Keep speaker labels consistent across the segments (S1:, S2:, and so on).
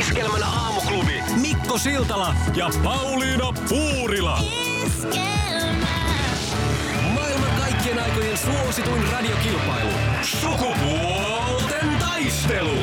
S1: Iskelmän aamuklubi Mikko Siltala ja Pauliina Puurila. Maailman kaikkien aikojen suosituin radiokilpailu. Sukupuolten taistelu.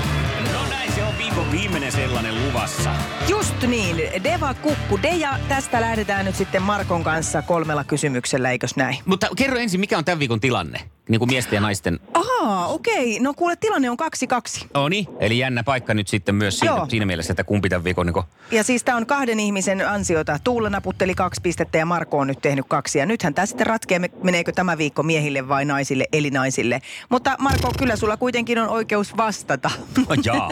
S2: No näin se on viikon viimeinen sellainen luvassa.
S3: Just niin, Deva Kukku Deja. Tästä lähdetään nyt sitten Markon kanssa kolmella kysymyksellä, eikös näin?
S2: Mutta kerro ensin, mikä on tämän viikon tilanne? Niin kuin miesten ja naisten.
S3: Ahaa, okei. No kuule, tilanne on kaksi kaksi.
S2: Oni. Eli jännä paikka nyt sitten myös siinä,
S3: Joo.
S2: siinä mielessä, että kumpi tämän viikon niin
S3: Ja siis tämä on kahden ihmisen ansiota. Tuula naputteli kaksi pistettä ja Marko on nyt tehnyt kaksi. Ja nythän tämä sitten ratkee, me- meneekö tämä viikko miehille vai naisille, eli naisille. Mutta Marko, kyllä sulla kuitenkin on oikeus vastata.
S2: oh, jaa.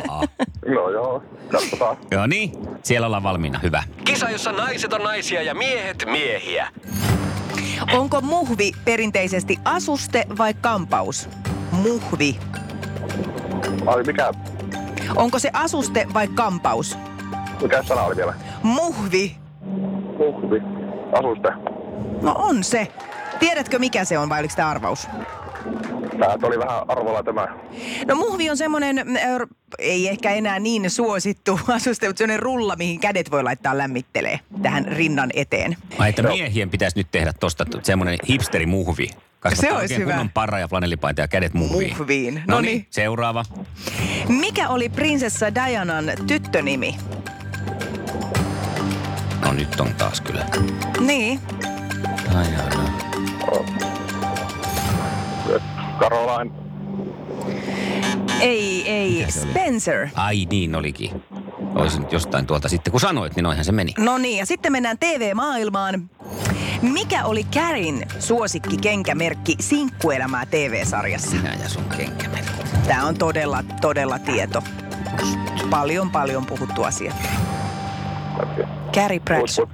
S4: No joo, katsotaan.
S2: Joo niin, siellä ollaan valmiina. Hyvä.
S1: Kisa, jossa naiset on naisia ja miehet miehiä.
S3: Onko muhvi perinteisesti asuste vai kampaus? Muhvi.
S4: Ai mikä,
S3: Onko se asuste vai kampaus?
S4: mikä sana oli vielä?
S3: Muhvi.
S4: Uhvi. Asuste.
S3: No on se. Tiedätkö mikä se on vai oliko tämä arvaus?
S4: Tää nyt oli vähän arvolla tämä.
S3: No muhvi on semmoinen, mm, ö, ei ehkä enää niin suosittu asuste, mutta semmoinen rulla, mihin kädet voi laittaa lämmittelee tähän rinnan eteen.
S2: Ai että miehien pitäisi nyt tehdä tosta t- semmoinen hipsterimuhvi. Kasvattaa
S3: Se olisi
S2: oikein
S3: hyvä.
S2: kunnon parra ja flanellipaita ja kädet muhviin.
S3: Muhviin.
S2: No
S3: Noniin.
S2: niin, seuraava.
S3: Mikä oli prinsessa Dianan tyttönimi?
S2: No nyt on taas kyllä.
S3: Niin,
S2: Ai, ai, ai.
S4: Caroline.
S3: ei, ei,
S2: Mikä se oli?
S3: Spencer.
S2: Ai niin olikin. Olisin nyt jostain tuolta sitten, kun sanoit, niin noihän se meni.
S3: No niin, ja sitten mennään TV-maailmaan. Mikä oli Kärin suosikki kenkämerkki Sinkkuelämää TV-sarjassa?
S2: Sinä ja sun kenkämerkit.
S3: Tämä on todella, todella tieto. Paljon, paljon puhuttu asia. Carrie Bradshaw.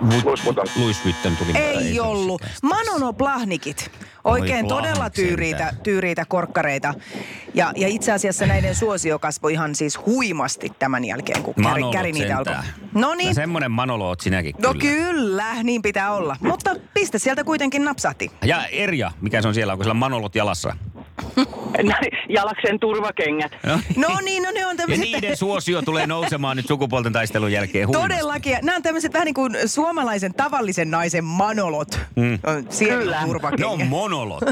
S4: Luisputon. Luisputon.
S2: Louis Vuitton tuli. mutta
S3: Ei
S2: se
S3: ollut.
S2: sikäistä.
S3: Manono Plahnikit. Oikein
S2: Oi
S3: todella
S2: Plahnik
S3: tyyriitä,
S2: sentään.
S3: tyyriitä korkkareita. Ja, ja itse asiassa näiden suosio kasvoi ihan siis huimasti tämän jälkeen, kun käri,
S2: Manolot
S3: käri niitä alkoi.
S2: sentään.
S3: No
S2: No
S3: niin,
S2: semmonen Manolo oot sinäkin
S3: no
S2: kyllä.
S3: kyllä, niin pitää olla. Mutta piste sieltä kuitenkin napsahti.
S2: Ja Erja, mikä se on siellä? Onko sillä Manolot jalassa?
S5: Jalaksen turvakengät.
S2: No.
S3: No niin, no ne on
S2: Ja
S3: tämmöiset...
S2: niiden suosio tulee nousemaan nyt sukupuolten taistelun jälkeen huimasti.
S3: Todellakin. Nämä on tämmöiset vähän niin kuin suomalaisen tavallisen naisen manolot. Mm. Siellä
S5: Kyllä.
S3: on turvakengä.
S2: No monolot.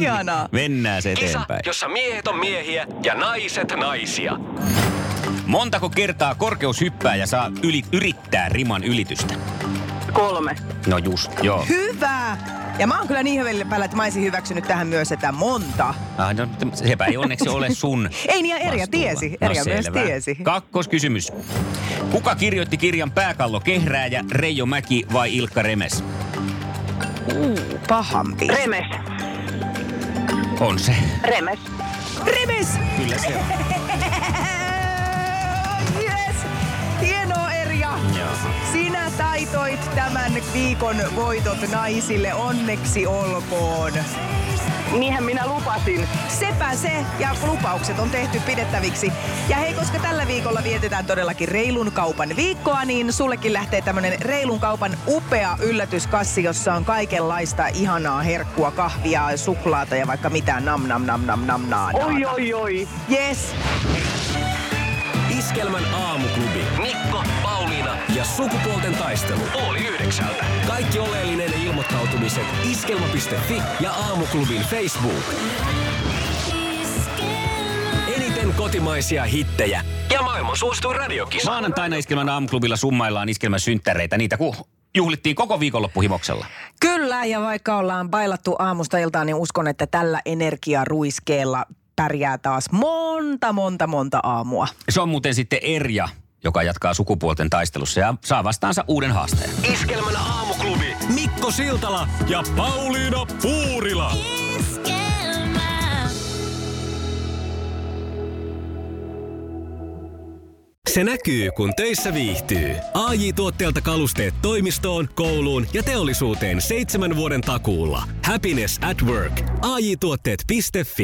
S3: Ihanaa.
S2: Mennään se
S1: Kisa,
S2: eteenpäin.
S1: jossa miehet on miehiä ja naiset naisia.
S2: Montako kertaa korkeushyppääjä saa yli, yrittää riman ylitystä?
S5: Kolme.
S2: No just, joo.
S3: Hyvä! Ja mä oon kyllä niin hyvillä päällä, että mä olisin hyväksynyt tähän myös, että monta.
S2: Ah, no, sepä ei onneksi ole sun
S3: Ei niin, ja Erja
S2: vastuulla.
S3: tiesi. Erja
S2: no,
S3: myös
S2: selvä.
S3: tiesi.
S2: Kakkoskysymys. Kuka kirjoitti kirjan pääkallo kehrääjä, Reijo Mäki vai Ilkka Remes?
S3: Pahampi.
S5: Remes.
S2: On se.
S5: Remes.
S3: Remes!
S2: Kyllä se on.
S3: Yes! Hienoa, Erja! Sinä taitoit tämän viikon voitot naisille. Onneksi olkoon.
S5: Niinhän minä lupasin.
S3: Sepä se, ja lupaukset on tehty pidettäviksi. Ja hei, koska tällä viikolla vietetään todellakin reilun kaupan viikkoa, niin sullekin lähtee tämmönen reilun kaupan upea yllätyskassi, jossa on kaikenlaista ihanaa herkkua, kahvia, suklaata ja vaikka mitä nam nam nam nam nam naa. naa.
S5: Oi, oi, oi.
S3: Yes.
S1: Iskelmän aamuklubi. Mikko, Pauliina ja sukupuolten taistelu. Oli yhdeksältä. Kaikki oleellinen ilmoittautumiset iskelma.fi ja aamuklubin Facebook. Eniten kotimaisia hittejä ja maailman suosituin radiokisa.
S2: Maanantaina Iskelmän aamuklubilla summaillaan Iskelmän synttäreitä. Niitä kun juhlittiin koko viikonloppu himoksella.
S3: Kyllä, ja vaikka ollaan bailattu aamusta iltaan, niin uskon, että tällä energiaruiskeella pärjää taas monta, monta, monta aamua.
S2: Se on muuten sitten Erja, joka jatkaa sukupuolten taistelussa ja saa vastaansa uuden haasteen.
S1: Iskelmän aamuklubi. Mikko Siltala ja Pauliina Puurila. Se näkyy, kun töissä viihtyy. ai tuotteelta kalusteet toimistoon, kouluun ja teollisuuteen seitsemän vuoden takuulla. Happiness at work. AJ-tuotteet.fi